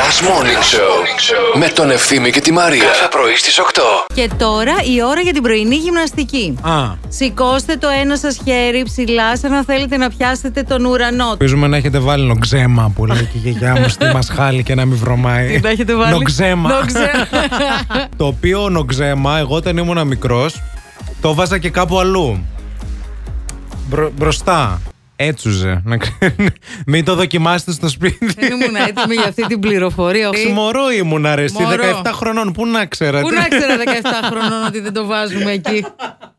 Last Morning Show με τον Ευθύμη και τη Μαρία. Κάθε πρωί στις 8. Και τώρα η ώρα για την πρωινή γυμναστική. Α, Σηκώστε το ένα σας χέρι ψηλά, σαν να θέλετε να πιάσετε τον ουρανό. ελπίζουμε να έχετε βάλει νοξέμα που λέει και η γιαγιά μου στη μασχάλη και να μην βρωμάει. Τι τα έχετε βάλει. Ναι. Νοξέμα. Νοξέμα. το οποίο νοξέμα, εγώ όταν ήμουν μικρός, το βάζα και κάπου αλλού. Μπρο- μπροστά. Έτσουζε. Να ξέρετε. Μην το δοκιμάσετε στο Δεν σπίτι. ήμουν έτοιμη για αυτή την πληροφορία. Τσι Μωρό ήμουν αρεστή, Μωρό. 17 χρονών. Πού να ξέρα. Πού να ξέρα 17 χρονών ότι δεν το βάζουμε εκεί.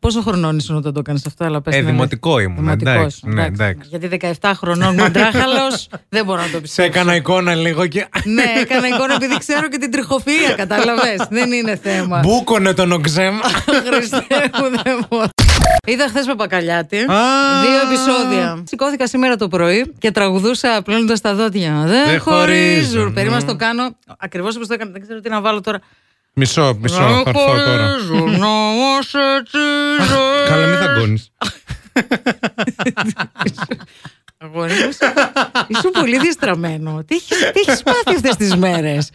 Πόσο χρονών ήσουν όταν το έκανες αυτό, αλλά πες Ε, την αλήθεια. δημοτικό ήμουν, Δημοτικός, εντάξει, ναι, εντάξει. Γιατί 17 χρονών μαντράχαλος δεν μπορώ να το Σε πιστεύω. έκανα εικόνα λίγο και. ναι, έκανα εικόνα επειδή ξέρω και την τριχοφυΐα, κατάλαβες. δεν είναι θέμα. Μπούκονε το νοξέμα. Χριστέ μου, δεν μπορώ. Είδα χθες Παπακαλιάτη. Δύο επεισόδια. Σηκώθηκα σήμερα το πρωί και τραγουδούσα πλώνοντα τα δόντια. Δεν Δεν χωρίζουν. χωρίζουν. Περίμενα να το κάνω. Ακριβώς όπως το έκανα. Δεν ξέρω τι να βάλω τώρα. Μισό, μισό. Θα Δεν έρθω τώρα. χωρίζουν όμως έτσι οι ζωές. Καλά, μην θα γκώνεις. Αγόρι μου, είσαι- Είσαι πολύ διαστραμμένο. Τι έχεις, τι έχεις πάθει αυτές τις μέρες.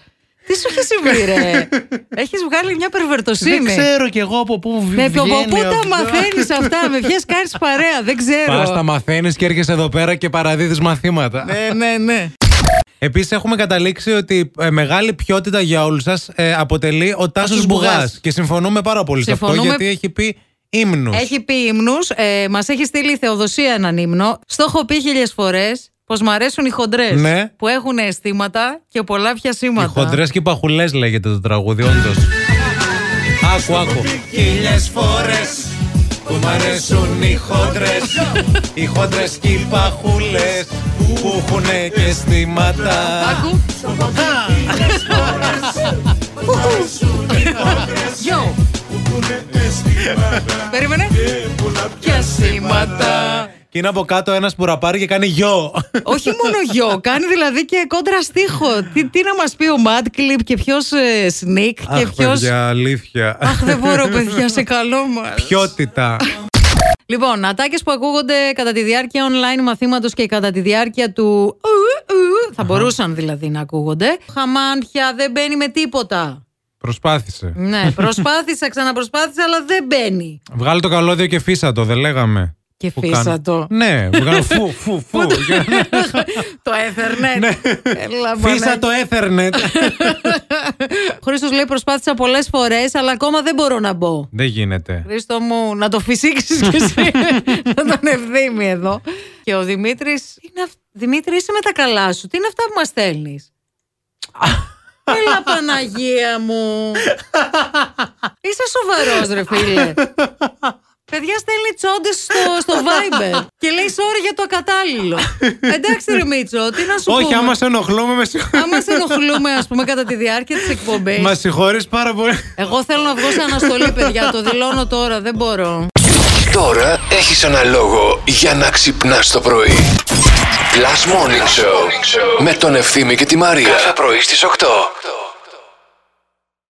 Τι σου έχει συμβεί, ρε. Έχεις βγάλει μια Δεν περβερτοσύνη. ξέρω κι εγώ από πού βγαίνει. Με ποιον πού τα αυτό. μαθαίνεις αυτά, με ποιες κάνεις παρέα, δεν ξέρω. Πας τα μαθαίνεις και έρχεσαι εδώ πέρα και παραδίδεις μαθήματα. Ναι, ναι, ναι. Επίσης, έχουμε καταλήξει ότι ε, μεγάλη ποιότητα για όλους σας αποτελεί ο Τάσος Τάσος Μπουγάς. Μπουγάς. Και συμφωνούμε πάρα πολύ σε αυτό, Συμφωνούμε. γιατί έχει πει ύμνους. Έχει πει ύμνους, ε, μας έχει στείλει η Θεοδοσία έναν ύμνο. Στο έχω πει χίλιες φορές πως μ' αρέσουν οι χοντρές Ναι. που έχουν αισθήματα και πολλά Οι πιασήματα. χοντρές και οι παχουλές λέγεται το τραγούδι, όντως. Άκου, άκου. Χίλιες φορές που μ' αρέσουν οι χοντρές. οι χοντρές και οι παχουλές που έχουν και αισθήματα. Άκου. Yo. Περίμενε. Ποια σήματα. Και είναι από κάτω ένας που ραπάρει και κάνει γιο. Όχι μόνο γιο, κάνει δηλαδή και κόντρα στίχο. Τι, τι να μας πει ο Madclip και ποιος ε, Sneak και Αχ, ποιος. παιδιά, αλήθεια. Αχ, δεν μπορώ, παιδιά, σε καλό μας. Ποιότητα. Λοιπόν, ατάκες που ακούγονται κατά τη διάρκεια online μαθήματος και κατά τη διάρκεια του. ου, ου, Θα μπορούσαν δηλαδή να ακούγονται. Χαμάντια, δεν μπαίνει με τίποτα. Προσπάθησε. Ναι, προσπάθησα, ξαναπροσπάθησα, αλλά δεν μπαίνει. Βγάλε το καλώδιο και φύσα το, δεν λέγαμε. Και Που κάνω. φύσα το. Ναι, βγάλε φου, φου, φου. Για να- Το Ethernet. Έλα, Ναι. Φύσα το Ethernet. Χρήστος λέει: Προσπάθησα πολλές φορές, αλλά ακόμα δεν μπορώ να μπω. Δεν γίνεται. Χρήστο μου, να το φυσήξεις κι εσύ. να τον ευθύμη εδώ. Και ο Δημήτρης. Δημήτρη, είσαι με τα καλά σου. Τι είναι αυτά που μας στέλνεις. Έλα Παναγία μου. είσαι σοβαρός, ρε φίλε. Παιδιά στέλνει τσόντες στο, στο Viber και λέει sorry για το ακατάλληλο. Εντάξει, ρε Μίτσο, τι να σου πω. Όχι, άμα σε ενοχλούμε, με συγχωρείς. Άμα σε ενοχλούμε, ας πούμε, κατά τη διάρκεια της εκπομπής. Μα συγχωρείς πάρα πολύ. Εγώ θέλω να βγω σε αναστολή, παιδιά. Το δηλώνω τώρα. Δεν μπορώ. Τώρα έχεις ένα λόγο για να ξυπνάς το πρωί. Last Morning Show με τον Ευθύμη και τη Μαρία. Κάθε πρωί στις 8.